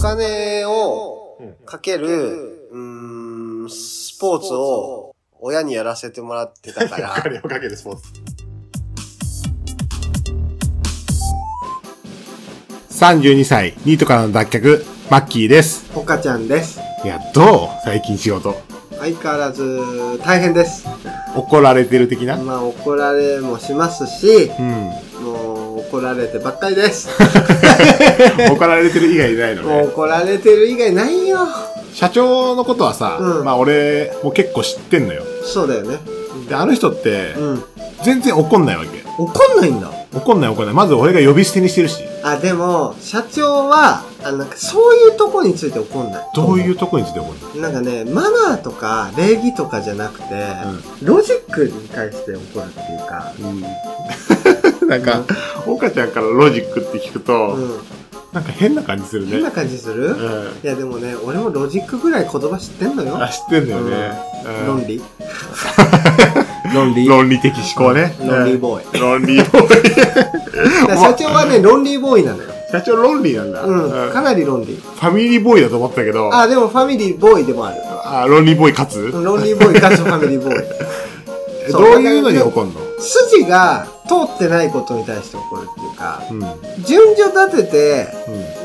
金をかける、うーん、スポーツを親にやらせてもらってたかおら、金をかけるスポーツ。32歳、ニートからの脱却、マッキーです。ポカちゃんです。いや、どう最近仕事。相変わらず大変です。怒られてる的なまあ怒られもしますし、うん。 もう怒られてばっかりです。怒られてる以外ないのもうね。怒られてる以外ないよ。社長のことはさ、うんまあ俺も結構知ってんのよ。そうだよね。で、あの人って、うん。全然怒んないわけ。怒んないんだ。怒んない怒んない。まず俺が呼び捨てにしてるし。あ、でも、社長は、あなんかそういうとこについて怒んない。どういうとこについて怒んない、なんかね、マナーとか礼儀とかじゃなくて、ロジックに対して怒るっていうか、うん、 なんか、岡ちゃんからロジックって聞くと、うん。なんか変な感じするね。変な感じする、いうん。やでもね、俺もロジックぐらい言葉知ってんのよ。あ、知ってんだよね。うん論理 論理論理的思考ね。論理ボーイ。うん論理ボーイ。だから社長はね、論理ボーイなのよ。社長論理なんだ、うん。かフなり論理。ァミリーボーイだと思ったけど、あ、でもファミリーボーイでもある。あ論理ボーイ勝つ、論理ボーイかつファミリーボーイ。え どそうういうのに怒んの筋が通ってないことに対して怒るっていうか、うん。うん。順序立てて、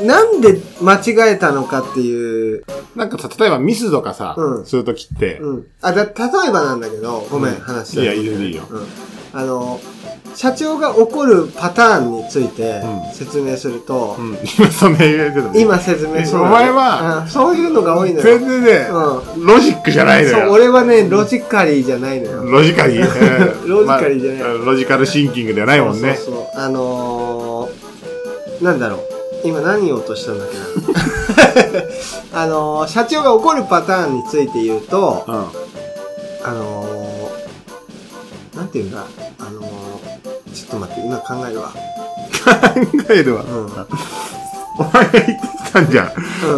なんで間違えたのかっていう、なんかさ、例えばミスとかさ、うんするときって、うん。あ、だ、例えばなんだけど、ごめん、うん話しいや、いいよいいよ。うん。あの、社長が怒るパターンについてうん説明するとう、ん。今そんな言われてたの今説明するのお前はうんそういうのが多いのよ。全然ね、うん。ロジックじゃないのよ。そう、俺はね、ロジカリーじゃないのよ。ロジカリ ーロジカリーじゃないまあロジカルシンキングではないもんね。そうそうそう。あのー、なんだろう。今何言おうとしたんだっけ な。あのー、社長が怒るパターンについて言うと、うん。あのー、なんていうんだ、あのー、ちょっと待って、今考えるわ。考えるわう。ん。うん。お前が言ってきたんじゃん。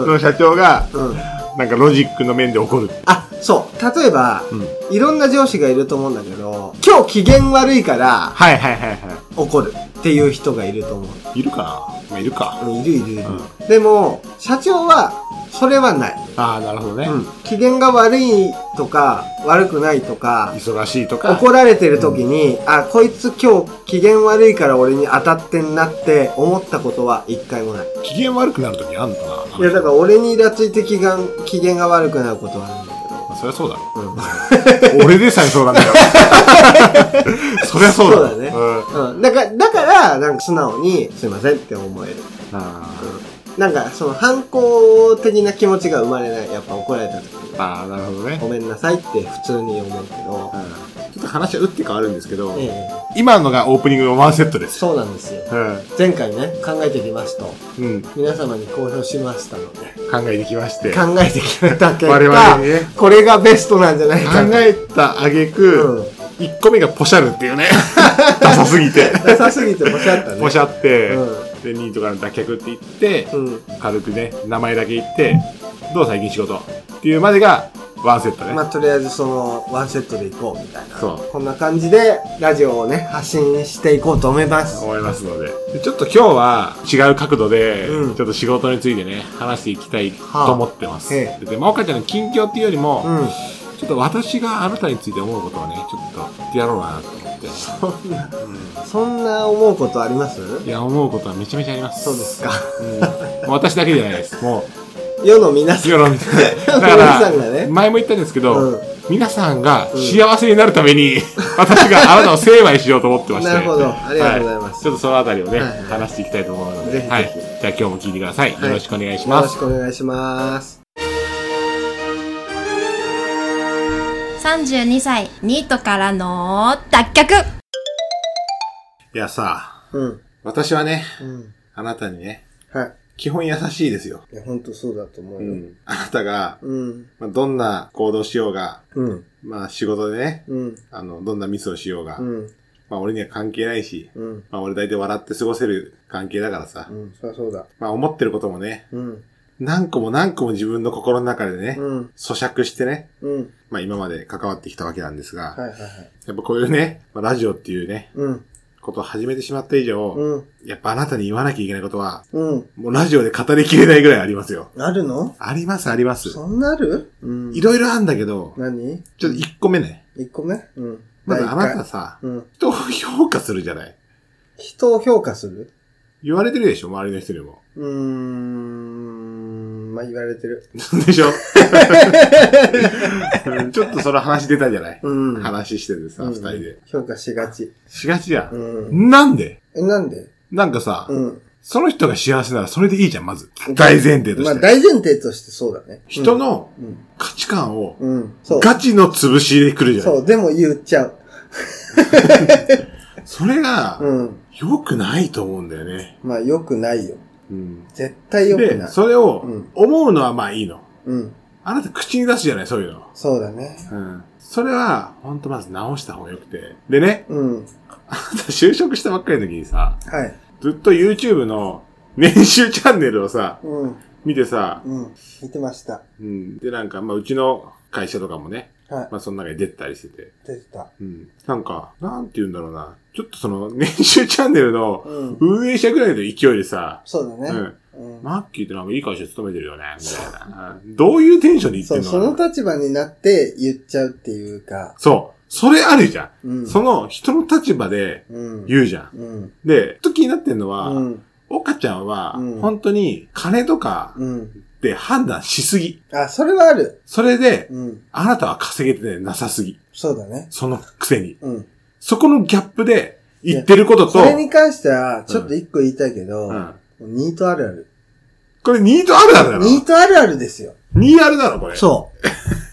その社長が、うん。なんかロジックの面で怒る。あ、そう。例えば、うん。いろんな上司がいると思うんだけど、今日機嫌悪いからはいはいはいは怒るっていう人がいると思う。い。いるかなまあ、いるか。うんいるいるいる。うでも、社長は、それはない。ああ、なるほどね。うん機嫌が悪いとか、悪くないとか、忙しいとか。怒られてる時に、あ、こいつ今日機嫌悪いから俺に当たってんなって思ったことは一回もない。機嫌悪くなるときあんのかないいや、だから俺にイラついて機嫌、機嫌が悪くなることはあるんだけそりゃそうだろ。ど。うん。俺でさえそうなん だよ。そりゃそうだろ。そうだねうんうん、だから、だから、なんか素直に、すいませんって思える。あなんか、その反抗的な気持ちが生まれない。やっぱ怒られた時にー、あー、なるほどね。ごめんなさいって普通に思うけどう。んちょっと話は打って変わるんですけど、ええ、今のがオープニングのワンセットです。そうなんですよ。うん。前回ね、考えてきますと、うん。皆様に公表しましたので、考えてきまして。考えてきた結我々に果、ね。これがベストなんじゃない考かえた挙う句、ん。一1個目がポシャるってい うね。ダサすぎて。なさすぎておっしゃったね。 ポシャって、うで、ニートからの脱却って言って、ん。うん。軽くね、名前だけ言って、どう最近仕事っていうまでがワンセットね。まあ、とりあえずその、ワンセットでいこうみたいな。そうこんな感じで、ラジオをね、発信していこうと思います。思いますのででちょっと今日は違う角度で、うんちょっと仕事についてね話していきたいと思ってます、はでまあ岡ちゃんの近況っていうよりも、うん。ちょっと私があなたについて思うことをねちょっと言ってやろうかなと思って、そんな、そんな思うことありますいや思うことはめちゃめちゃありますそうですか。うん私だけじゃないです。も世の皆 さう、ん。世論みたいな。だか皆さんがら、ね前も言ったんですけうどん、皆さんが幸せになるために、 私があなたを成敗しようと思ってまして。なるほどありがとうございますはちょっとそのあたりをね、はいはい話していきたいと思うのぜで、ひぜひはい。じゃあ今日も聞いてください。よはいろしくお願いしよまろすし。くお願いします。 32歳ニートからの脱却いやさ、うん。私はね、うん。あなたにね、はい。基本優しいですよ。いや、ほんとそうだと思ううよ。ん。あなたが、うん。まあどんな行動しようが、うん。まあ仕事でね、うん。あの、どんなミスをしようが、うん。まあ俺には関係ないし、うん。まあ俺大体笑って過ごせる関係だからさ、うん。そりゃそうだ。まあ思ってることもね、うん。何個も何個も自分の心の中でね、うん。咀嚼してね、うん。まあ今まで関わってきたわけなんですが、はいはいはい。やっぱこういうね、まあ、ラジオっていうね、うん。ことを始めてしまった以上、うん。やっぱあなたに言わなきゃいけないことは、うん。もうラジオで語りきれないぐらいありますよ。あるのあります、あります。そんなあるうんいろいろあんだけど、何ちょっと1個目ね。一個目うん。ま第ず一あ回なたさ、うん。人を評価するじゃない人を評価する言われてるでしょ周りの人にも。 うーん。まあ、言われてる。でしょ うんちょっとその話出たじゃない、うん。話しててさ、うん二人で。。評価しがち。しがちじゃん。うん。なんでえ、なんでなんかさ、うん。その人が幸せならそれでいいじゃん、まず。大前提とまあ、して。大前提としてそうだね。人のうん。価値観を、うん。うん。そう。ガチの潰しで来るじゃそん。う、でも言っちゃう。それが、うん。良くないと思うんだよね。まあ、良くないよ。うん絶対良くで、ない。それをうん、思うのはまあいいの。うん。あなた口に出すじゃない、そういうの。そうだね。うん。それは、ほんとまず直した方が良くて。でね、 うん。あなた就職したばっかりの時にさ、はい。ずっと YouTube の年収チャンネルをさ、うん。見てさ、うん。見てました。うん。で、なんか、まあ、うちの会社とかもね、はい。まあ、その中に出てたりしてて、出てた。うん。なんか、なんて言うんだろうな。ちょっとその、年収チャンネルのうん。運営者ぐらいの勢いでさ、そうだうね。ん。うん。マッキーってなんかいい会社勤めてるよね、みたいな。うんどういうテンションで言ってそんう、のその立場になって言っちゃうっていうか。そう。それあるじゃ。うんん。その人の立場でうん。言うじゃん。うん。で、ちょっと気になってんのうは、ん。岡ちゃんはうん、本当に金とかうん。で判断しすぎ。あ、それはある。それで、うん。あなたは稼げてなさすぎ。そうだね。そのくせに。うん。そこのギャップで言ってることと、これに関しては、ちょっと一個言いたいけど、うん、ニートあるある。これニートあるあるだろニートあるあるですよ。ニーあるだろこれ。そう。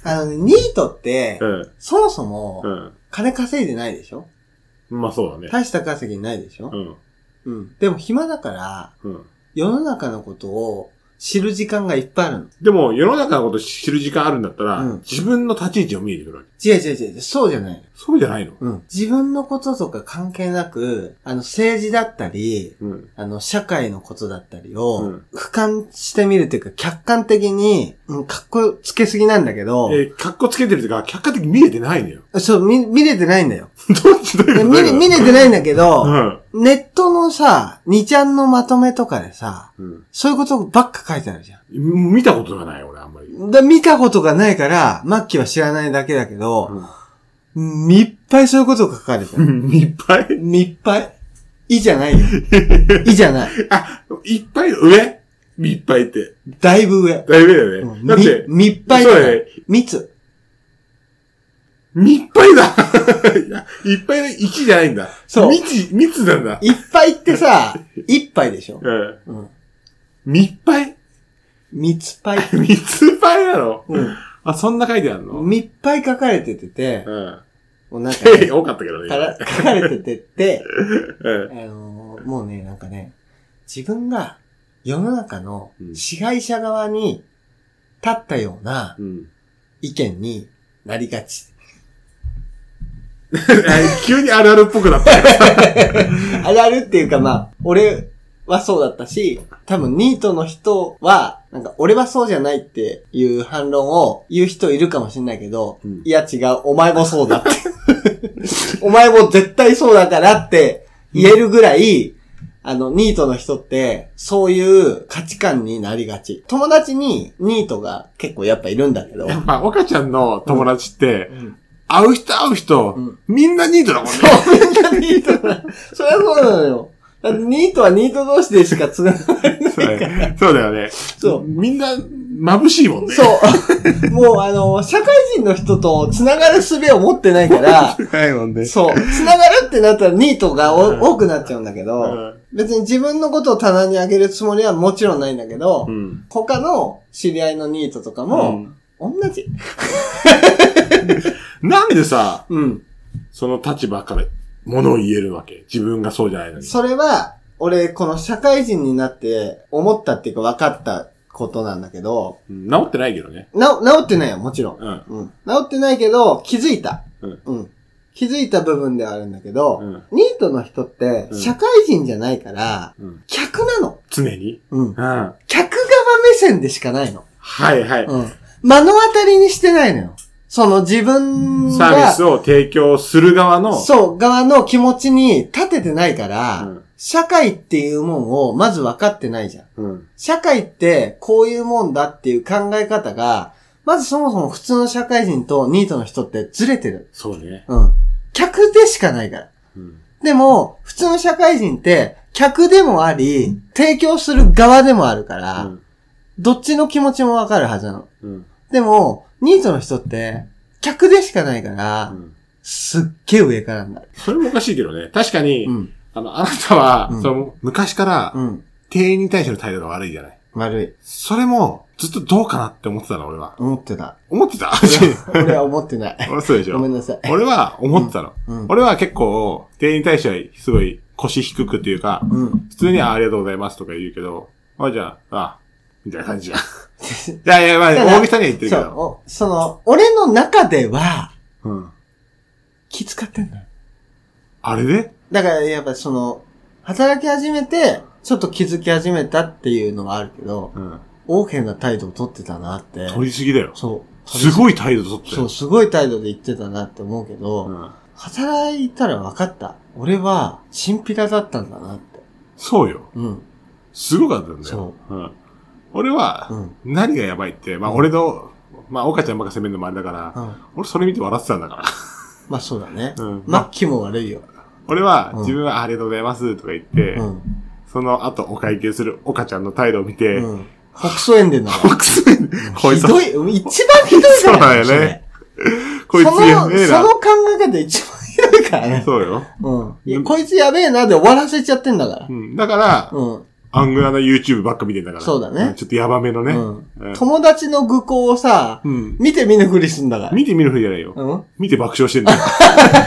あのね、ニートって、うん。そもそもう、ん。金稼いでないでしょまあそうだね。大した稼ぎないでしょうん。うん。でも暇だから、うん。世の中のことを知る時間がいっぱいあるの。でも、世の中のこと知る時間あるんだったら、うん自分の立ち位置を見えてくるわけ。違う違う違う、そうじゃないの。そうじゃないのうん。自分のこととか関係なく、あの、政治だったり、うん。あの、社会のことだったりうを、ん。俯瞰してみるというか、客観的に、うん、かっこつけすぎなんだけど、えー、格好つけてるというか、客観的に見えてないのよ。 そう、見、見れてないんだよ。どっちどういうでこと見だれ、よ見れてないんだけ うど、ん。ネットのさ、2ちゃんのまとめとかでさ、うんそういうことばっか書いてあるじゃ見たことがない、俺、あんまり。ん。で、見たことがないから、末期は知らないだけだけど、うん、いっぱいそういうことが書かれてうる。ん。 いっぱいいっぱい。いいじゃ ないよ。いいじゃない。あ、いっぱいの上いっぱいって。だいぶ上。だいぶだよね。だって、み、みっぱいだそうかだらね。密。みっぱいだ いやいっぱいの1じゃないんだ。そう密、密なんだ。いっぱいってさ、いっぱいでしょうん。うん。みっぱい密ぱい。みつぱいなのうあ、そんな書いてあるのん。みっぱい書かれててて、うん。もうなんか ね、多かったけどね。から書かれててって、うんあのーもうね、なんかね、自分が世の中の支配者側に立ったようなうん。意見になりがち。 急にあるあるっぽくな ったよ。あるあるっていうかまあ、俺はそうだったし、多分ニートの人は、なんか俺はそうじゃないっていう反論を言う人いるかもしれないけど、うんいや違う、お前もそうだって。 お前も絶対そうだからって言えるぐらい、あの、ニートの人って、そういう価値観になりがち。友達にニートが結構やっぱいるんだけど。 やっぱ、岡ちゃんの友達って、うん会う人会う人、うんみんなニートだもんね。みんなニートな。 そりゃそうなのよ。だってニートはニート同士でしかつながらないそうだよねそうだよね。そうみんな眩しいもんね。そう。 もうあの、社会人の人と繋がる術を持ってないから、 はいもんね。そう。繋がるってなったらニートがうんお多くなっちゃうんだけうど、ん別に自分のことを棚にあげるつもりはもちろんないんだけど、うん。他の知り合いのニートとかも、同じ。うんなんでさ、うん。その立場から物を言えるわけ自分がそうじゃないのに。それは、俺、この社会人になって思ったっていうか分かったことなんだけど、うん治ってないけどね。な、治ってないよ、もちろん。うん。うん。治ってないけど、気づいた。うん。気づいた部分ではあるんだけど、うんニートの人って、うん社会人じゃないから、うん。客なの。常に。うん。うん。は客側目線でしかないの。いはい。うん。目の当たりにしてないのよ。その自分サービが、スを提供する側の、そう、側の気持ちに立ててないから、うん社会っていうもんをまず分かってないじゃん。うん社会ってこういうもんだっていう考え方が、まずそもそも普通の社会人とニートの人ってずれてる。そうね。うん。客でしかないから。うんでも、普通の社会人って、客でもあり、提供する側でもあるから、うんどっちの気持ちもわかるはずなの。うんでも、ニートの人って、客でしかないから、うんすっげえ上からになる。それもおかしいけどね。確かに、うん。あの、あなたは、うんその昔から、うん。店員に対しての態度が悪いじゃない。悪い。それも、ずっとどうかなって思ってたの、俺は。思って た。思っ てた俺は思ってない。俺そうでしごめんょ。なさい。俺は思ってたの。うん。俺は結構、店員に対しては、すごい腰低くっていうか、うん。普通にはありがとうございますとか言うけど、あ、じゃあ、あ、みたいな感じじゃん。 いやいや、まあ、ただ大げさには言ってるけそうど。お、その、俺の中では、うん。気使ってんだよ。あれでだから、やっぱその、働き始めて、ちょっと気づき始めたっていうのはあるけど、うん。オーケーな態度を取ってたなって。取りすぎだよ。そう。すごい態度取ってそう、すごい態度で言ってたなって思うけど、うん。働いたら分かった。俺は、チンピラだったんだなって。そうよ。うん。すごかったんだよそ。うん。俺はう、ん。何がやばいって、まあうん俺の、まあ岡ちゃんばっか責めるのもあれだから、うん。俺それ見て笑ってたんだかまあそうだね。ら。うん。マまッキーも悪いよ。あ、俺はうん自分はありがとうございますとか言ってう、ん。その後お会計する岡ちゃんの態度を見て、うん。北総園でな。僕すごい こいひつ、どい、一番ひどいじゃないそうだよね。そこれいつその、やそべえのな。考え方一番ひどいからね。そうよ。うん。いや、こいつやべえなで終わらせちゃってんだからう。ん。だから、うん。アングラな YouTube ばっか見てんだから。そうだねんちょっとヤバめのね。う。うんん友達の愚行をさ、うん。見て見ぬふりすんだから。見て見るふりじゃないよ。うん。見て爆笑してんだよ。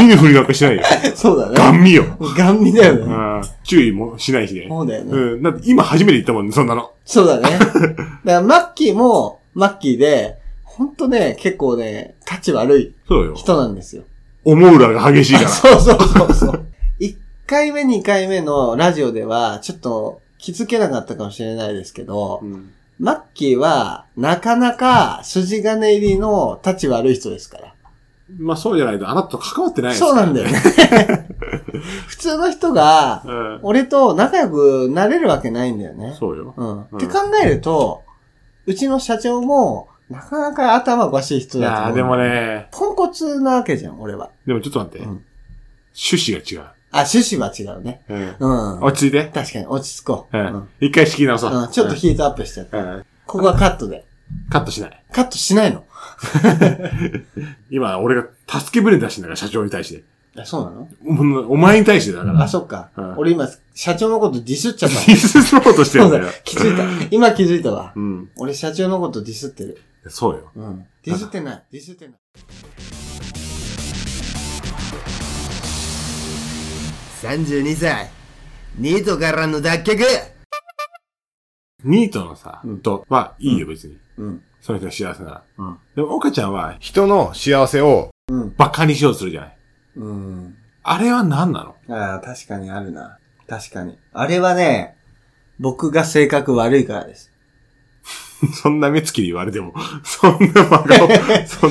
見るふりなんかしないよ。そうだガね。ン見よ。ガン見だようね。ん。注意もしないしね。そうだよね。うん。だって今初めて言ったもんね、そんなの。そう だね。だから、マッキーも、マッキーで、ほんとね、結構ね、立ち悪いそうよ。人なんですよ。思うらが激しいか ら。そうそうそうそう。1回目、2回目のラジオでは、ちょっと気づけなかったかもしれないですけど、うんマッキーは、なかなか筋金入りの立ち悪い人ですから。まあそうじゃないと、あなたと関わってないですかそうらなんだよね。 普通の人が、俺と仲良くなれるわけないんだようねん。。そうよ。うん。っうんて考えると、うちの社長も、なかなか頭おかしい人いだとや思ーう。でも。ね、ポンコツなわけじゃん、俺は。でもちょっと待って。うん趣旨が違あ、趣旨は違うね。う。うん。うん。落ち着いて。確かに、落ち着こう。ううんん。一回仕切り直そう。うんちょっとヒートアップしちゃった。うん。ここはカットで。カットしない。カットしないの今、俺が助け舟出してんだから、社長に対して。あ、そうなのおお前に対してだから。 あ、そっかうん。俺今、社長のことディスっちゃったディススローとしてるそんうだだよ。気づいた。今気づいたわ。うん。俺社長のことディスってる。そうよ。うん。ディスってない。ディスってない。 32歳、ニートからの脱却ニートのさ、うんとはいいよ、別に。うん。その人が幸せなら。うんでも、岡ちゃんは人の幸せをうん。バカにしようとするじゃない。うん。あれは何なの ああ、確かにあるな。確かに。あれはね、僕が性格悪いからです。そんな目つきで言われても、 そんな真 顔、そん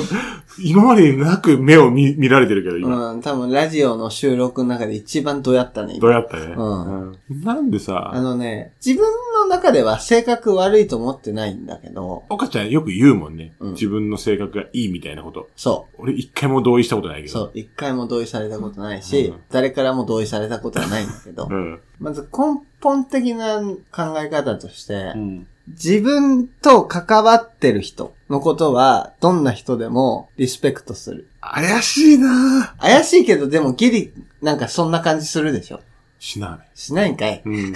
今までになく目を見見られてるけど、今。うん、多分ラジオの収録の中で一番どうやったね、今どうやったね。うんうんなんであさ、のね、自分の中では性格悪いと思ってないんだけど、岡ちゃんよく言うもんね。うん自分の性格がいいみたいなこと。そ俺一回も同意したことないけう、ど。そう、一回も同意されたことないし、うん誰からも同意されたことはないんだけど、うん。まず根本的な考え方として、うん。自分と関わってる人のことは、どんな人でもリスペクトする。怪しいなぁ。怪しいけど、でもギリ、なんかそんな感じするでしょしない。しないんかい。 うん。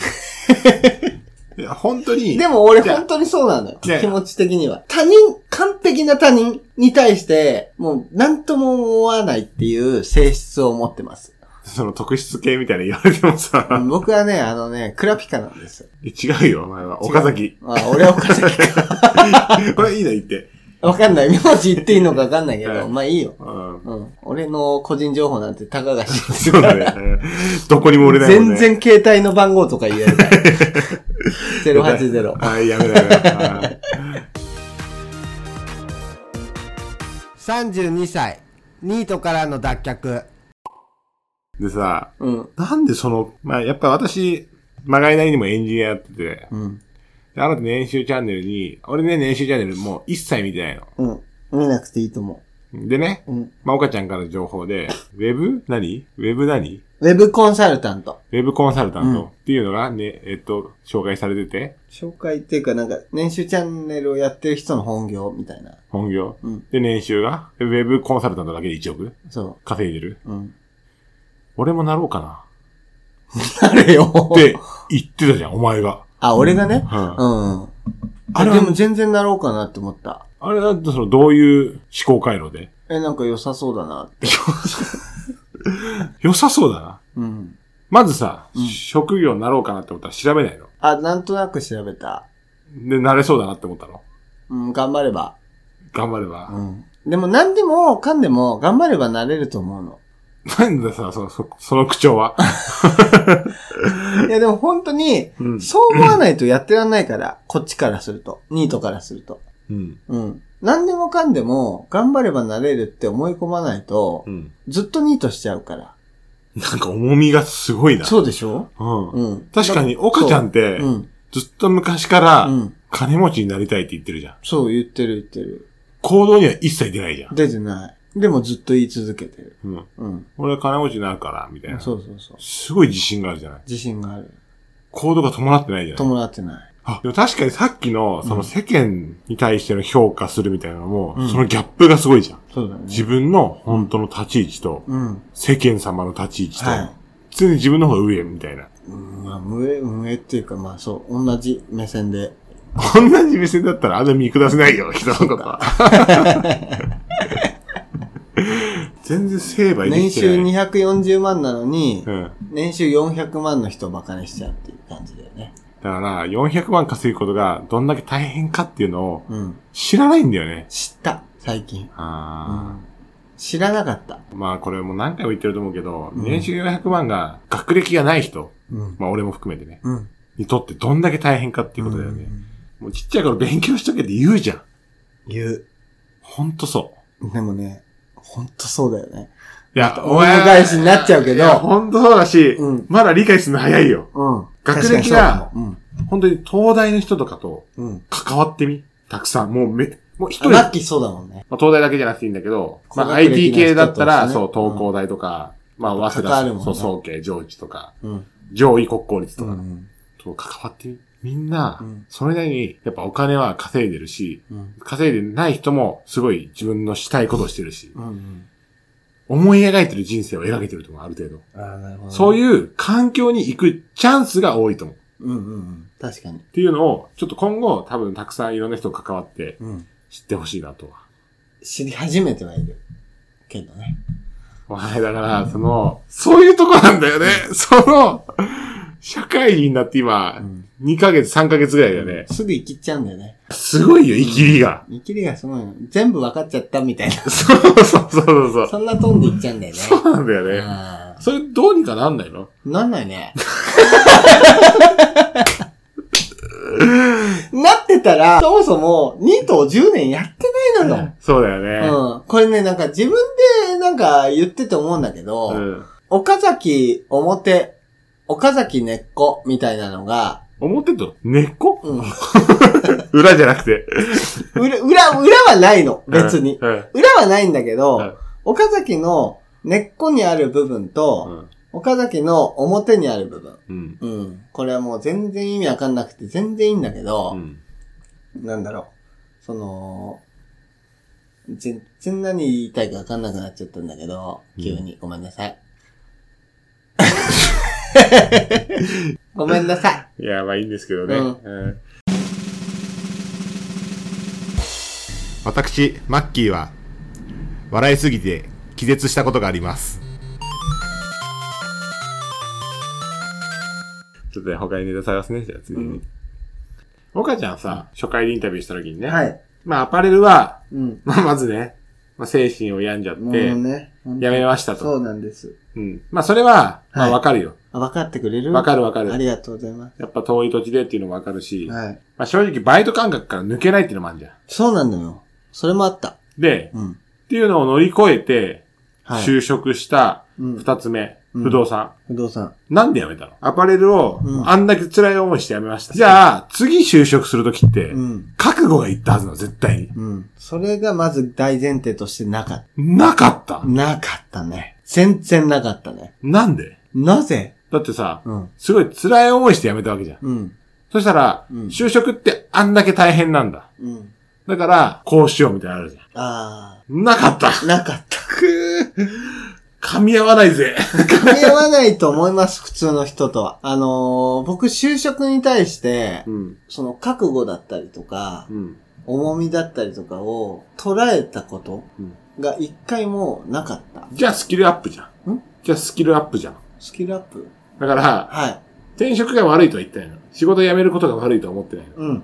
いや、本当に。でも俺じゃあ本当にそうなのよ。じゃあ気持ち的には。他人、完璧な他人に対して、もう何とも思わないっていう性質を持ってます。その特質系みたいな言われてもさ、僕はね、あのね、クラピカなんですよ。違うよ、お前は。岡崎。 まあ、俺は岡崎 か。これいいな、言って。わかんない。名字言っていいのかわかんないけど、うんまあいいよ。うん。うん。俺の個人情報なんてたかが知れて そうだね。うんどこにも売れないもん全ね。。然携帯の番号とか言え るから。080。はい、やめろやめろ。あー32歳、ニートからの脱却。でさ、うん。なんでその、まあ、やっぱ私、まがいなりにもエンジニアやってて、うん。であなた年収チャンネルに、俺ね、年収チャンネルもう一切見てないの。うん。見なくていいと思でね、う。うん。まあ、岡ちゃんからの情報で、ウェブ何ウェブ何ウェブコンサルタント。ウェブコンサルタンうんトっていうのがね、えっと、紹介されてて、紹介っていうか、なんか、年収チャンネルをやってる人の本業みたいな。本業。うん。で、年収が、ウェブコンサルタントだけで1億そ稼いでる。う。うん。 俺もなろうかな。あれよ。って言ってたじゃん、お前が。あ、俺がね。うんうん。うん、ああれれはでも全然なろうかなって思った。あれだとその、どういう思考回路でえ、なんか良さそうだなって。良さそうだな。うん。まずさ、うん職業になろうかなって思ったら調べないの。あ、なんとなく調べた。で、なれそうだなって思ったの。うん、頑張れば。頑張れば。うん。でも何でもかんでも頑張ればなれると思うの。なんださ、その、そその口調は。いやでも本当に、うんそう思わないとやってらんないから、こっちからすると。ニートからすると。うん。うん。何でもかんでも頑張ればなれるって思い込まないと、うん。ずっとニートしちゃうから。なんか重みがすごいな。そうでしょうん。うん。確かに、岡ちゃんってう、ん。ずっと昔かうら、ん。金持ちになりたいって言ってるじゃん。そう、言ってる言ってる。行動には一切出ないじゃん。出てない。でもずっと言い続けてる。うん。うん。俺は金持ちになるから、みたいな。そうそうそう。すごい自信があるじゃない。自信がある。行動が伴ってないじゃない。伴ってない。あ、でも確かにさっきの、その世間に対しての評価するみたいなのも、うんそのギャップがすごいじゃん。そうだね。自分の本当の立ち位置と、うん。世間様の立ち位置と、はい。普通に自分の方が上みたいな。うんまあ、無縁、無縁っていうか、まあそう、同じ目線で。こんなに目線だったらあんな見下せないよ、人のこと は。全然成敗で年きてな収い。 240万なのに、うん。だ年収400万の人をバカにしちゃうっていう感じだよね。から、400万稼ぐことがどんだけ大変かっていうのをうん。知らないんだよね。知った、最近。うあん知らなかった。ーまあこれも何回も言ってると思うけど、うん年収400万が学歴がない人、うん。まあ俺も含めてね、うん。っにとってどんだけ大変かってていうことだよね。。もうちっちゃい頃勉強しとけって言うじゃん。言う。ほんとそでもね、ほんとそうだよね。う。いや、お前返しになっちゃうけどいやほんとそうだし、うんまだ理解するの早いよ。うん。学歴が確かにそうかも本当に東大の人とかとうん。うん。関わってみ。たくさん。もうめ、もう一あ人。ラまッキーそうだもんね。あ、東大だけじゃなくていいんだけど、まあ高学歴な IT 系だったら、人とそねう、東工大とか、まあ、早稲関わるも田、んねそう、総計、上智とか、うん。上位国公立とうか、ん。と関わってみ。みんなうん、それなりに、やっぱお金は稼いでるし、うん。稼いでない人も、すごい自分のしたいことをしてるし、うん。思い描いてる人生を描けてると思う、ある程度。ああ、なるほど。そうう。いう環境に行くチャンスが多いと思う。うんうんうん。確かに。っていうのを、ちょっと今後、多分たくさんいろんな人が関わってうん。知ってほしいなとは。知り始めてはいる。けどね。お前だから、その、そういうとこなんだよね。その、社会人になって今、ん。 2ヶ月、3ヶ月ぐらいだよね。すぐ生きっちゃうんだよね。すごいよ、生きりが。生きりがすごいの。全部分かっちゃったみたいな。そうそうそうそう。そんな飛んでいっちゃうんだよね。そうなんだよね。あそれどうにかなんないのーなんないね。 なってたら、そもそも、ニートを10年やってないのよ。そうだよね。うん。これね、なんか自分でなんか言ってて思うんだけど、うん。岡崎表、岡崎根っこみたいなのが、表と根っこうん。裏じゃなくて。裏、裏、裏はないの、別に。うん。うん裏はないんだけど、はい岡崎の根っこにある部分うと、ん岡崎の表にある部分。うん。うん。これはもう全然意味わかんなくて全然いいんだけうど、ん。なんだろう。その、全然何言いたいかわかんなくなっちゃったんだけど、急に、ごめんなさい。 ごめんなさい。いや、まあいいんですけどね。うんうん私、マッキーは、笑いすぎて気絶したことがあります。ちょっとね、他にネタ探すね、じゃあ次うにん。岡、ちゃんさ、初回でインタビューした時にね、はい。まあアパレルは、うん。まあまずね、まあ、精神を病んじゃっもうて、ね。やめましたと。そうなんです。うん。まあそれは、まあはいわかるよ。あ、分かってくれるわ、かるわかある。りがとうございまやっぱ遠い土地でっていうのもわかるし、す。はい。まあ正直バイト感覚から抜けないっていうのもあるじゃん。そうなのよ。それもあった。で、うん。っていうのを乗り越えて、はい就職したうん二つ目、うん不動産。不動産。なんで辞めたのアパレルをうんあんだけ辛い思いして辞めました。じゃあ、次就職するときって、うん。覚悟がいったはずなの、絶対に。うん。それがまず大前提としてなかっなかったた。。なかったね。全然なかったね。なんでなぜだってさ、うん。すごい辛い思いして辞めたわけじゃん。うん。そしたら、うん就職ってあんだけ大変なんだ。うん。だから、こうしようみたいなのあるじゃあん。なかったあ。なかった。噛み合わないぜ。噛み合わないと思います、 普通の人とは。あのー僕、就職に対して、うん。その覚悟だったりとか、うん。重みだったりとかを捉えたことが一回もなかった。じゃあスキルアップじゃん。んじゃあスキルアップじゃん。スキルアップだから、はい。転職が悪いとは言ってないの。仕事辞めることが悪いとは思ってないの。うん。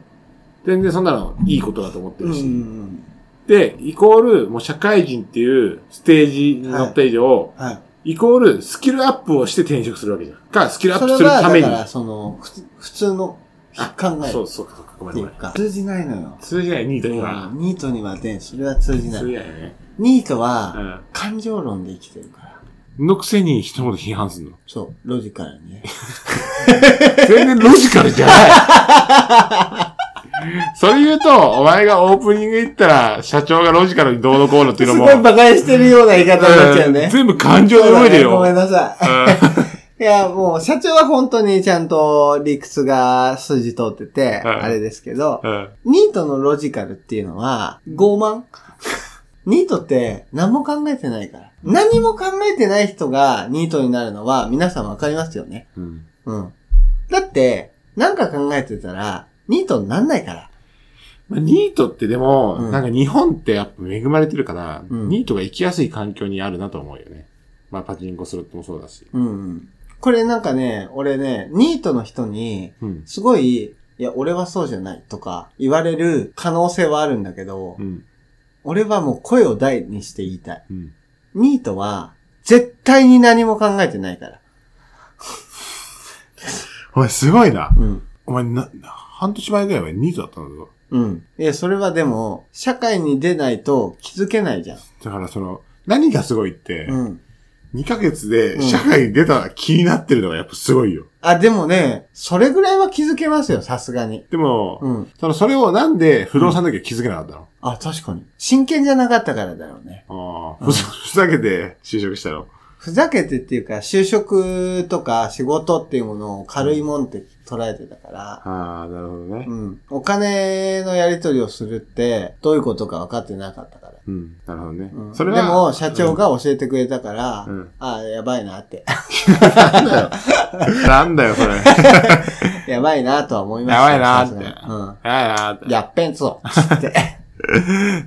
全然そんなのいいことだと思ってうんるうし。んで、イコール、もう社会人っていうステージに乗った以上、うん。はい。イコールスキルアップをして転職するわけじゃん。か、スキルアッそプれするは、ためだにか。ら、その、ふつ普通のあ考えそっうそうかそうか、ごめんていごうめん。か、通じないのよ。通じない、ニートうんには。ニートにはね、それは通じな通い。じないよね。ニートうは、ん。感情論で生きてるから。のくせに人のこと批判するの。 そう、ロジカルにね。全然ロジカルじゃない。それ言うと、お前がオープニング行ったら、社長がロジカルにどうのこうのっていうすのもごい、馬鹿にしてるような言い方になっちゃううんね。全部感情で動いてるそうだねごめよ。んなさい。いや、もう、社長は本当にちゃんと理屈が筋通ってて、うんあれですけど、うんうんニートのロジカルっていうのは、傲慢 ニートって何も考えてないから。何も考えてない人がニートになるのは皆さんわかりますよね。うんうん。だって、なんか考えてたら、ニートになんないから。まあニートってでも、うんなんか日本ってやっぱ恵まれてるから、うんニートが生きやすい環境にあるなと思うよね。まあパチンコスロットもそうだし。うんうん。これなんかね、俺ね、ニートの人に、うん。すごい、いや、俺はそうじゃないとか言われる可能性はあるんだけど、うん。俺はもう声を大にして言いたい。うん。ニートは、絶対に何も考えてないから。お前すごいな。うん。お前な、半年前ぐらいはニートだったんだぞ。うん。いや、それはでも、社会に出ないと気づけないじゃん。だからその、何がすごいって、うん。 2ヶ月で社会に出たら気になってるのがやっぱすごいよ。あ、でもね、それぐらいは気づけますよ、さすがに。でも、うん。その、それをなんで不動産だけは気づけなかったの、あ、確かに。真剣じゃなかったからだろうね。ああ、うんふざふざけて就職したの。ふざけてっていうか、就職とか仕事っていうものを軽いもんって捉えてたから、ああ、なるほどねう。ん。お金のやり取りをするって、どういうことか分かってなかったから。うん、なるほどね。うん、それはでも、社長、が教えてくれたから、うんあやばいなって。 うんなんだよ、それ。ややばいなとは思いました。ばいなーって。さすがにうん。やばいなーって。やっぺんぞつって。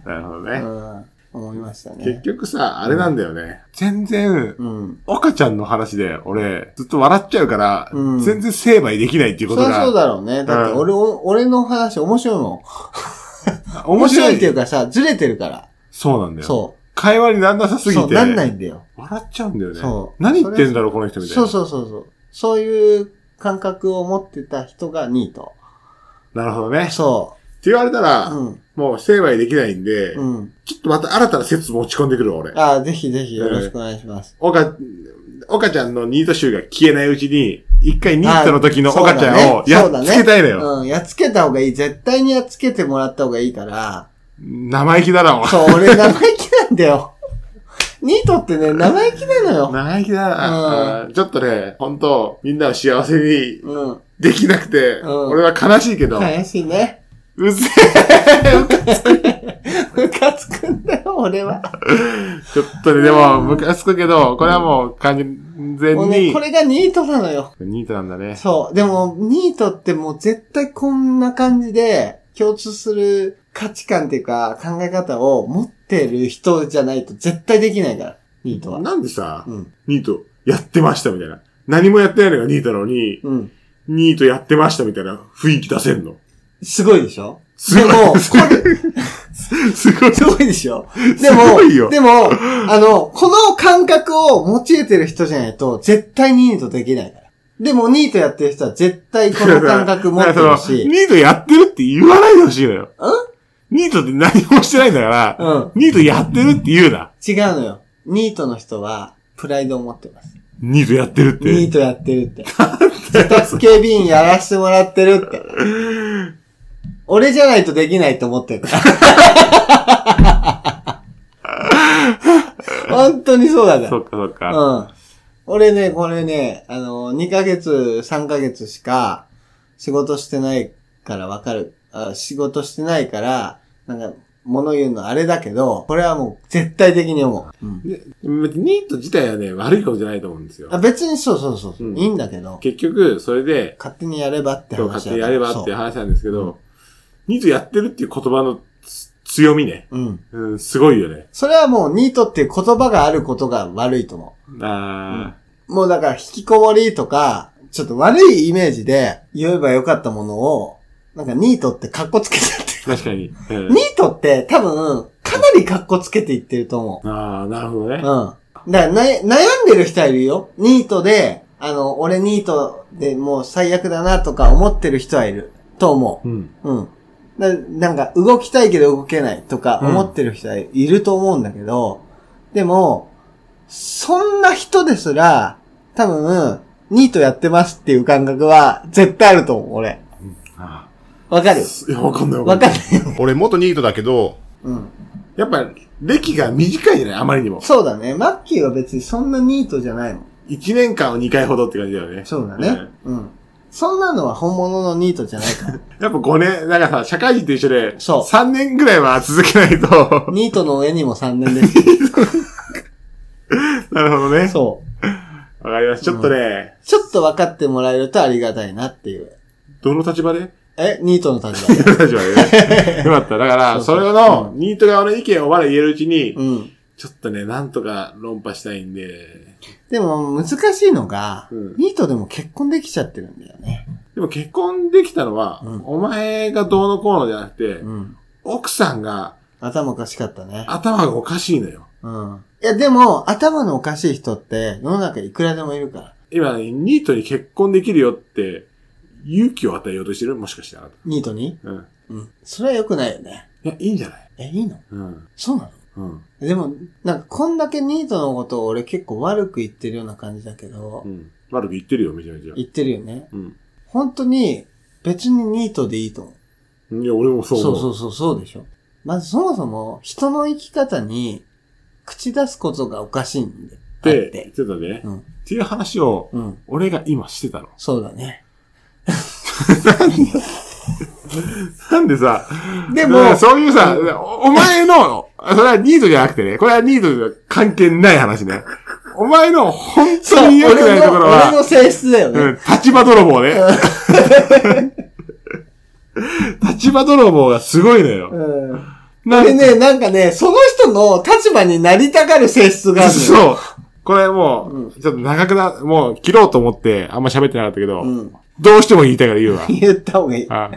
なるほどうね。ん。思いました結ね。局さ、あれなんだよね。全然、うん。岡ちゃんの話で、俺、ずっと笑っちゃうから、うん全然成敗できないっていうそこりとゃが、そうだろうね。だって俺、お俺の話面白いもん。面面白白いいっていうかさ、ずれてるから。そうなんだよ。そ会話になんなさう。すぎそう、て。なんないんだよ。笑っちゃうんだよね。そう何言ってんだろう、この人みたいそな。うそうそうそう。そういう感覚を持ってた人がニート。なるほどね。ってそ言われたら、う。うん。もう成敗できないんで、うん。ちょっとまた新たな説持ち込んでくるわ、俺。ああ、ぜひぜひよろしくお願いします。岡、岡ちゃんのニート集が消えないうちに、一回ニートの時のあー岡ちゃんそうだねをやそうだっねつけたいのよ。うん。やっつけた方がいい。絶対にやっつけてもらった方がいいから。生意気だな、お前そう、俺生意気なんだよ。 ニートってね、生意気なのよ。 生意気だな。あーちょっとね、本当みんなを幸せにうん。できなくて、うん俺は悲しいけど、悲しいね。 うぜムカつくんだよ、俺は。え。ちょっとね、でも、ムカつくけど、これはもう完全もうにね、こ、れがニートなのよ。ニートなんだね。そう。でも、ニートってもう絶対こんな感じで、共通する価値観っていうか、考え方を持ってる人じゃないと絶対できないから、ニートは。なんでさ、うん。ニートやってましたみたいな。何もやってないのがニートなのに、うん。ニートやってましたみたいな雰囲気出せんの。すごいでしょすごいでも、これ、すごい。 すごいでし ょですも、ごいよでも、あの、この感覚を用いてる人じゃないと、絶対ニートできないから。でも、ニートやってる人は絶対この感覚持ってだからる そのし。ニートやってるって言わないでほしいのよ。ニートって何もしてないんだから、うんニートやってるって言うな。違うのよ。ニートの人は、プライドを持ってます。ニートやってるって。ニートやってるって。自宅警備員やらせてもらってるって。俺じゃないとできないって思ってる。本当にそうだね。そっかそっか。うん。俺ね、これね、あの、2ヶ月、3ヶ月しか仕事してないからわかる。あ仕事してないから、なんか、物言うのあれだけど、これはもう絶対的に思う。うん、ニート自体はね、悪いことじゃないと思うんですよあ。別にそうそうそう、うんいいんだけど、結局、それで、勝手にやればって今日話だから。勝手にやればっていそう話なんですけど、ニートやってるっていう言葉のつ強みね。う。うん。うん、すごいよね。それはもうニートっていう言葉があることが悪いと思あう。もうだから引きこもりとか、ちょっと悪いイメージで言えばよかったものを、なんかニートって格好つけちゃってるー、確かに。うんニートって多分、かなり格好つけていってると思う。ああ、なるほどうん。だね。からな悩んでる人はいるよ。ニートで、あの、俺ニートでもう最悪だなとか思ってる人はいる。と思うん。う。うん。ななんか、動きたいけど動けないとか思ってる人はいると思うんだけど、でも、そんな人ですら、多分、ニートやってますっていう感覚は絶対あると思う、俺。あわかるーいや、わかんないわかわんなかいる。俺元ニートだけど、うん。やっぱ、歴が短いじゃないあまりにも。そうだね。マッキーは別にそんなニートじゃないもん。 1年間を2回ほどって感じだよね。そうだね。うん。そんなのは本物のニートじゃない から。やっぱ5年、なんかさ、社会人と一緒で、そう3年ぐらいは続けないと。 ニートの上にも3年ですよ。なるほどね。そう。わかります。ちょっとね、ちょっと分かってもらえるとありがたいなっていう。どの立場で え、ニートの立 場で。どの立場でね。よかった。だから、そそうそうれの、ニート側の意見をまだ言えるうちに、うん。ちょっとね、なんとか論破したいんで、でも難しいのが、うんニートでも結婚できちゃってるんだよね。でも結婚できたのは、うんお前がどうのこうのじゃなくて、うん。奥さんが頭おかしかったね。頭がおかしいのよ。うん。いや、でも、頭のおかしい人って、世の中いくらでもいるから。今、ニートに結婚できるよって、勇気を与えようとしてるもしかしてあなた。ニートにうん。うん。それは良くないよね。いや、いいんじゃないえ、いいのうん。そうなのうん。でも、なんか、こんだけニートのことを俺結構悪く言ってるような感じだけど、うん。悪く言ってるよ、めちゃめちゃ。言ってるよね。うん。本当に、別にニートでいいと思う。いや、俺もそうそ思うう。そうそう、そうでしょ。まずそもそも、人の生き方に、口出すことがおかしいんで。ってあっ。言っててたね。うん。っていう話を、うん。俺が今してたの。そうだね。なんでさ、でだかもら、そういうさ、おお前の、あそれはニートじゃなくてね、これはニートじゃ関係ない話ね。お前の本そう当に良くないところ俺の俺のは、性質だようん、ね。立場泥棒ね。 立場泥棒がすごいのよ。うん。なんでね、なんかね、その人の立場になりたがる性質があるのよ。そう。これもう、ちょっと長くな、もう切ろうと思って、あんま喋ってなかったけど、うん。。どうしても言いたいから言うわ 言った方がいい。あ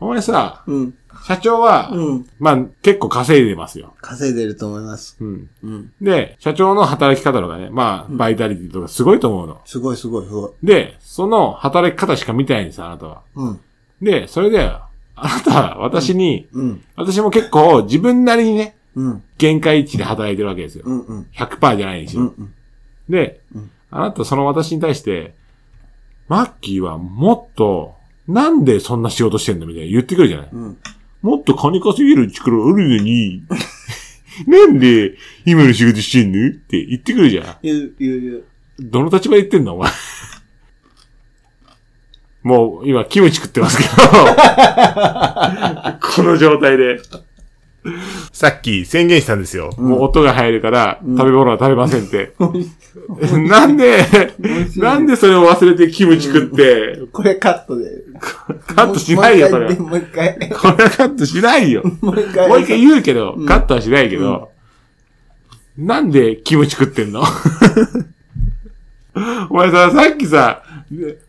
お前さ、うん。社長は、うん。まあ、結構稼いでますよ。稼いでると思います。うん。うん。で、社長の働き方とかね、まあ、バイタリティとかすごいと思うの。すごいすごいすごい。で、その働き方しか見てないんです、あなたは。うん。で、それで、あなたは私に、うん。私も結構自分なりにね、うん。限界値で働いてるわけですよう。ん。うん。 100%じゃないにしうんろ。うん。でうん、あなたその私に対して、マッキーはもっと、なんでそんな仕事してんのみたいな言ってくるじゃない。うん。もっと金稼げる力あるの に、なんで今の仕事してんのって言ってくるじゃん。言う、言う、言う。どの立場で言ってんのお前。 もう、今、キムチ食ってま すけど。この状態で、さっき宣言したんですよ。もう音が入るから、食べ物は食べません って。なんで、なんでそれを忘れてキムチ食って、これカットで。カットしないよ、それは。こもう一回言って。れはカットしないよ。ももう一回。う一回言うけどう、んカットはしないけど、なんでキムチ食ってんの お前さ、さっきさ、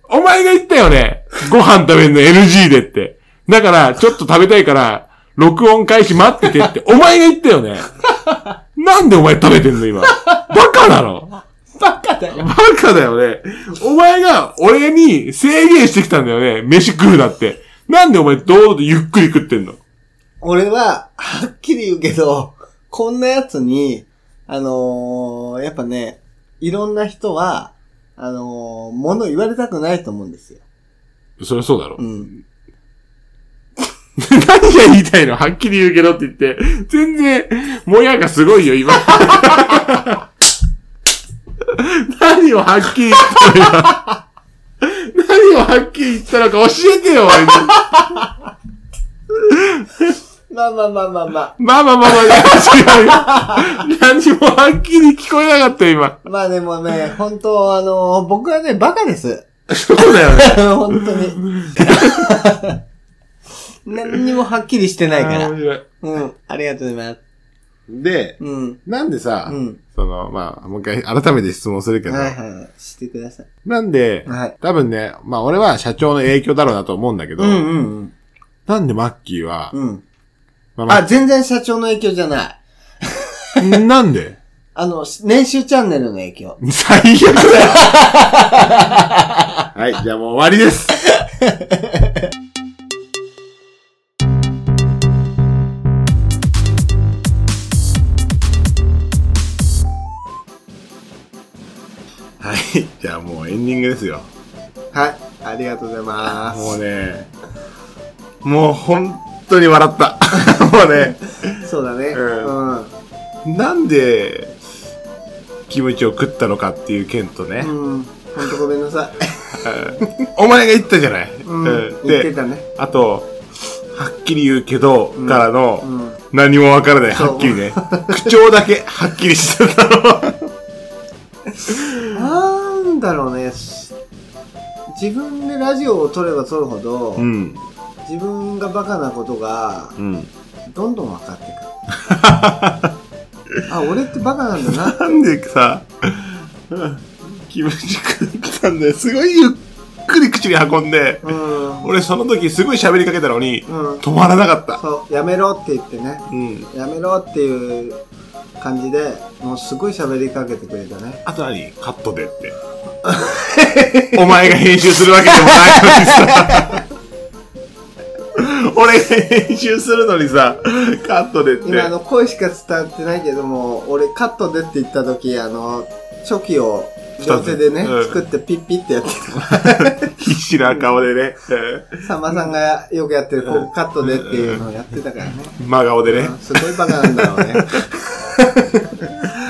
お前が言ったよね。ご飯食べるの NG でって。だから、ちょっと食べたいから、録音開始待っててって、お前が言ったよね。なんでお前食べてんの今。バカなのバカだよ。バカだよね。お前が俺に制限してきたんだよね。飯食うなって。なんでお前堂々とゆっくり食ってんの俺は、はっきり言うけど、こんなやつに、あのーやっぱね、いろんな人は、あのー、物言われたくないと思うんですよ。そりゃそうだろ。うん。何が言いたいのはっきり言うけどって言って、全然、もやがすごいよ、今。何をはっきり言ったの今。何をはっきり言ったのか教えてよ、俺にまあまあまあまあまあ。まあまあまあまあ、違うよ。何もはっきり聞こえなかったよ、今。まあでもね、本当あのー僕はね、バカです。 そうだよね。本当に。 何にもはっきりしてないかあーら面。白いうん。ありがとうございます。で、うん。なんでさ、うん。その、まあ、もう一回改めて質問するけど、はいはい。してください。なんで、はい多分ね、まあ俺は社長の影響だろうなと思うんだけど、うんうんうん。なんでマッキーは、うん。まあまあ、全然社長の影響じゃない。あ、なんであの、年収チャンネルの影響。最悪だよはい、じゃあもう終わりです。はい、じゃあもうエンディングですよ。はい。ありがとうございまもうね、もう本当に笑った。 もうね、す。そうだね。うんうん。なんで、キムチを食ったのかっていう件とね、うん。ほんとごめんなさい。お前が言ったじゃない。うんうん。言ってで、たね。あと、はっきり言うけど、からの、うん。何もわからない、そうはっきりね。口調だけ、はっきりしてたの。なんだろうね。自分でラジオを撮れば撮るほど、うん。自分がバカなことが、うん。どんどん分かって くる。あ、俺ってバカなんだな。なんでさ、キムチ食ったんだよ。すごいゆっくり口に運んで、うん。俺その時すごい喋りかけたのに、うん。止まらなかった。そう、やめろって言ってね。うん。やめろっていう感じで、もうすごい喋りかけてくれたね。あと何カットでって。お前が編集するわけでも ないのにさ。俺が編集するのにさ、カットでって。今あの声しか伝わってないけども、俺カットでって言った時、あの、チョキを両手でね、二つうん作ってピッピってやってた。 必死な顔でね、さんまさんがよくやってる、こうカットでっていうのをやってたからね。うん真顔でね。すごいバカなんだろう ね。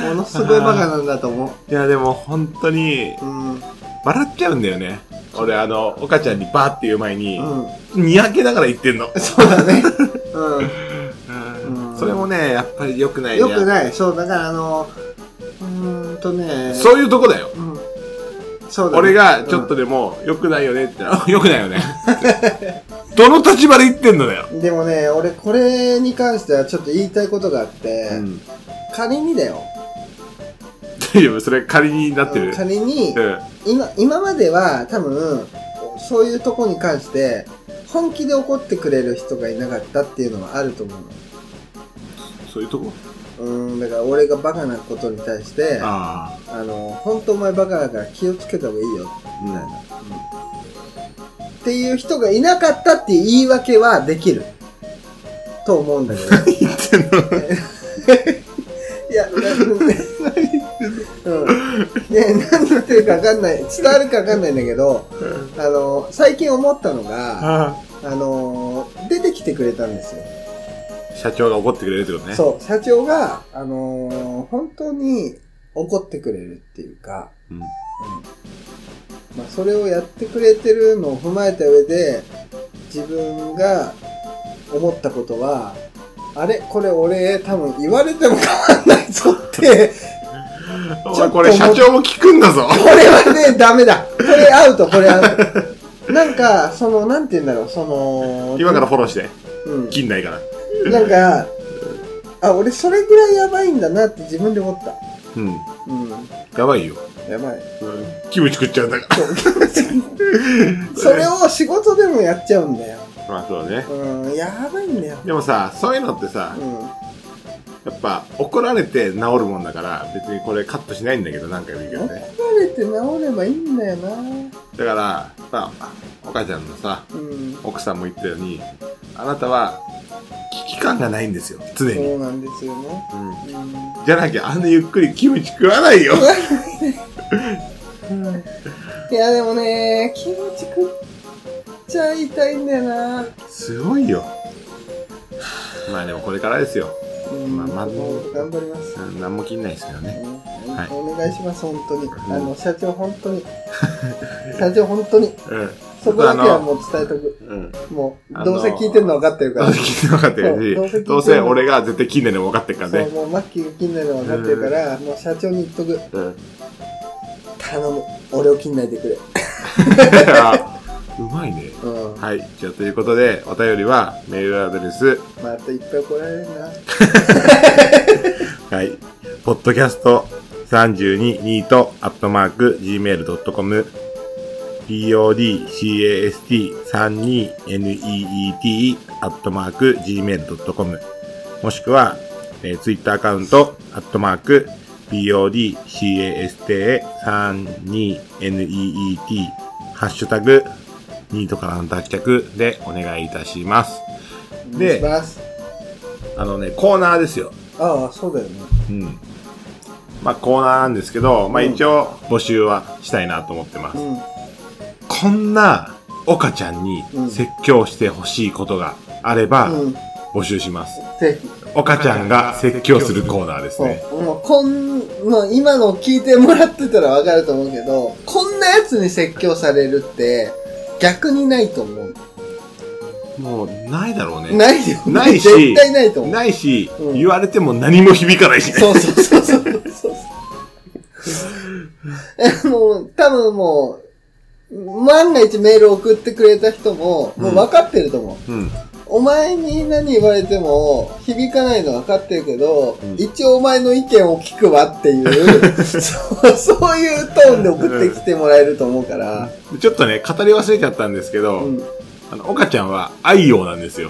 ものすごいバカなんだと思いや、でも本当に、う。うん。うん。笑っちゃうんだよね。俺、あの、岡ちゃんにバーって言う前に、にやけながら言ってんの。そうだ ね。うん。うんそれもね、やっぱり良くないね。よくない。そう、だからあの、うーんとね。そういうとこだよ。うん。そうだね、俺がちょっとでも、良くないよねって言った ら、良くないよね。どの立場で言ってんのだよ。うん、でもね、俺これに関してはちょっと言いたいことがあって、仮にだよ。大丈夫それ仮になってる。仮にう、ん。今、今までは多分、そういうとこに関して、本気で怒ってくれる人がいなかったっていうのはあると思うの。そういうとこうーん、だから俺がバカなことに対して、ああの、本当お前バカだから気をつけた方がいいよ、あ。みたいな。っていう人がいなかったっていう言い訳はできる。と思うんだけど。何言ってんの いや、なうん。ね何言ってるか分かんない。伝わるか分かんないんだけど、あの、最近思ったのが、ああの、出てきてくれたんですよ。あ。社長が怒ってくれるってことね。そう、社長が、あのー本当に怒ってくれるっていうか、うんまあ、それをやってくれてるのを踏まえた上で、自分が思ったことは、あれこれ俺、多分言われても変わんないぞって、 お前これ社長も聞くんだぞ。これはね、ダメだ。これアウト、これアウ ト。なんか、その、なんて言うんだろう、その、今からフォローして。うん、近代から。なんか、あ、俺それぐらいやばいんだなって自分で思った。うん。うん。やばいよ。やばい。 キムチ食っちゃうんだから。それを仕事でもやっちゃうんだよ。まあそうね。うん、やばいんだよ。でもさ、そういうのってさ、うやっぱ怒られて治るもんだから、別にこれカットしないんだけど、何回も言うけどね。ん。慣れて治ればいいんだよな。だから、さ、お母ちゃんのさ、うん。奥さんも言ったように、あなたは、聞き期間がないんですよ、常に。そうなんですよね。じゃなきゃあんなゆっくりキムチ食わないよ。いや、でもね、キムチ食っちゃいたいんだよな。すごいよ。まあでもこれからですよ。うん、まあまあもう頑張ります。ななんも切んないですけどね。うんはいお願いします、本当に。あの、社長、本当に。社長、本当に。そこだけはもう伝えとく。うん。うん。もあのう、どうせ聞いてるの分かってるから。聞いてなかったよそうし、どうせ俺が絶対切んないの分かってるからそう、ね。もう、マッキーが切んないの分かってるから、もう社長に言っとく。うん。頼む。俺を切んないでくれ。 うまいね。うん。はい。じゃあということで、お便りはメールアドレス、またいっぱい怒られるな。はい。ポッドキャスト32ニートアットマーク gmail.com podcast32neet アットマーク gmail.com もしくは、えー、ツイッターアカウントアットマーク podcast32neet ハッシュタグニートからの脱却でお願いいたします。お願いしで、ます。あのね、コーナーですよ。ああ、そうだよね。うん。まあコーナーなんですけど、まあうん一応募集はしたいなと思ってます。うん。こんな岡ちゃんに説教してほしいことがあればうん。募集します。ぜひ。岡ちゃんが説教するコーナーですね。うんもうこん、もう今の聞いてもらってたらわかると思うけど、こんなやつに説教されるって、逆にないと思う。もうないだろうね。ないよね。ないし絶対ないと思う。ないし、うん言われても何も響かないしね。そうそうそうそうそうそう。えもう、多分もう、万が一メール送ってくれた人も、もう分かってると思う。うん。お前に何言われても響かないの分かってるけど、うん一応お前の意見を聞くわって いう、そうそういうトーンで送ってきてもらえると思うから、ちょっとね、語り忘れちゃったんですけど、うんあの、岡ちゃんは愛用なんですよ。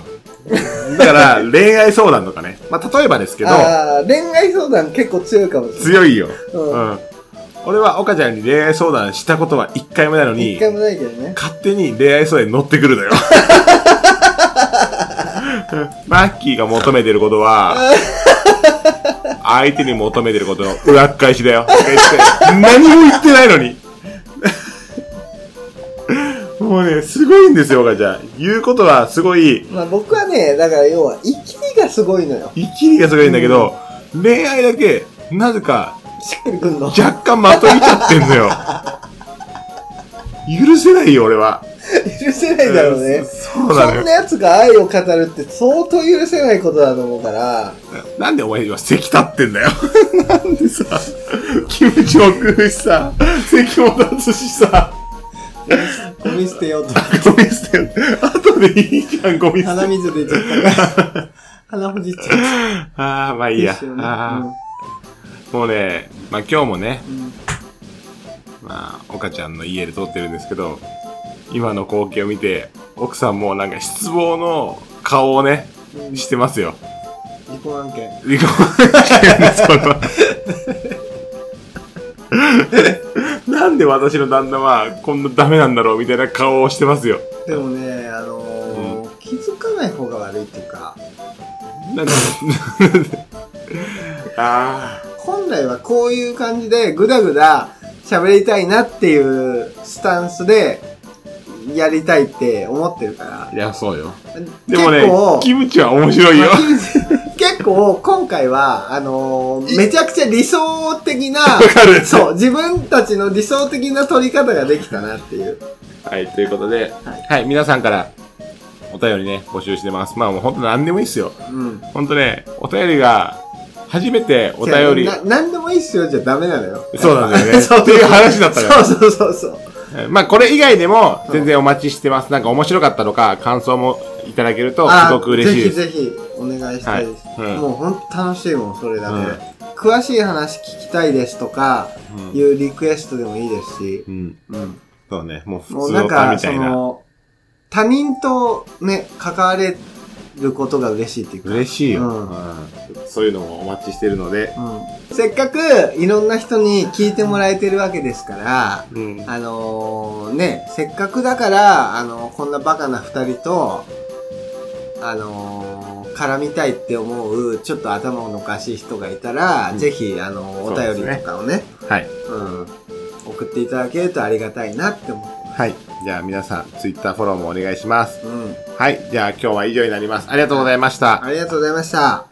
だから、恋愛相談とかね。まあ、例えばですけど、あー恋愛相談結構強いかもしれない。強いよ。うんうん。俺は岡ちゃんに恋愛相談したことは一回もないのに一、回もないけどね。勝手に恋愛相談に乗ってくるのよ。 マッキーが求めてることは、相手に求めてることの裏っ返しだよ。何も言ってないのに。 もうね、すごいんですよ、岡ちゃん。言うことはすごい、まあ僕はね、だから要は、生きりがすごいのよ。生きりがすごいんだけど、恋愛だけ、なぜかしっくりくんの。若干まといちゃってんのよ。許せないよ、俺は。許せないだろううんね。そうなのそよんな。やつが愛を語るって相当許せないことだと思うから、なんでお前今席立ってんだよ。なんでさ、キムチも食うしさ、席も立つしさ、ゴミ捨てようと。ゴミ捨てよ。後でいいじゃん、ゴミ捨て。鼻水出ちゃったから。鼻ほじっちゃっああ、まあた。いいや。ですよねあーもうね、まあ今日もね、まあ、岡ちゃんの家で撮ってるんですけど、今の光景を見て、奥さんもなんか失望の顔をね、うんしてますよ。うん離婚案件。離婚してるんですこの なんで私の旦那はこんなダメなんだろうみたいな顔をしてますよ。でもね、あのー、気づかない方が悪いっていうか、なんであ本来はこういう感じでぐだぐだ喋りたいなっていうスタンスでやりたいって思ってるからあ。。いや、そうよ。で結もね構、キムチは面白いよまあ。キムチ結構今回は、あのーめちゃくちゃ理想的な、かるそう、自分たちの理想的な取り方ができたなっていう。はい、ということで、はい、皆さんからお便りね、募集してます。まあもう本当何でもいいっすよ。うん。本当ね、お便りが、初めてお便りな、、なんでもいいっすよじゃダメなのよ。そうなんだよ ね。そうっていう話だったから。そうそうそうそう。まあ、これ以外でも全然お待ちしてます。なんか面白かったとか、感想もいただけるとすごく嬉しいです。ぜひぜひお願いしたいです。はいうんもうほんと楽しいもん、それだけで。詳しい話聞きたいですとか、いうリクエストでもいいですし、うん。うん。そうね。もうも普う通なんの歌か、みたそいな。の、他人とね、関われることが嬉しいっていうか。嬉しいよ、ううんんそういうのもお待ちしてるので。うん。せっかく、いろんな人に聞いてもらえてるわけですから、うん。あのーね、せっかくだから、あのーこんなバカな二人と、あのー絡みたいって思う、ちょっと頭のおかしい人がいたら、ぜひ、あの、お便りとかをね、はい。うん、送っていただけるとありがたいなって思ってまはい。じゃあ皆さん、ツイッターフォローもお願いします。す。うん。はい。じゃあ今日は以上になります。ありがとうございました。ありがとうございました。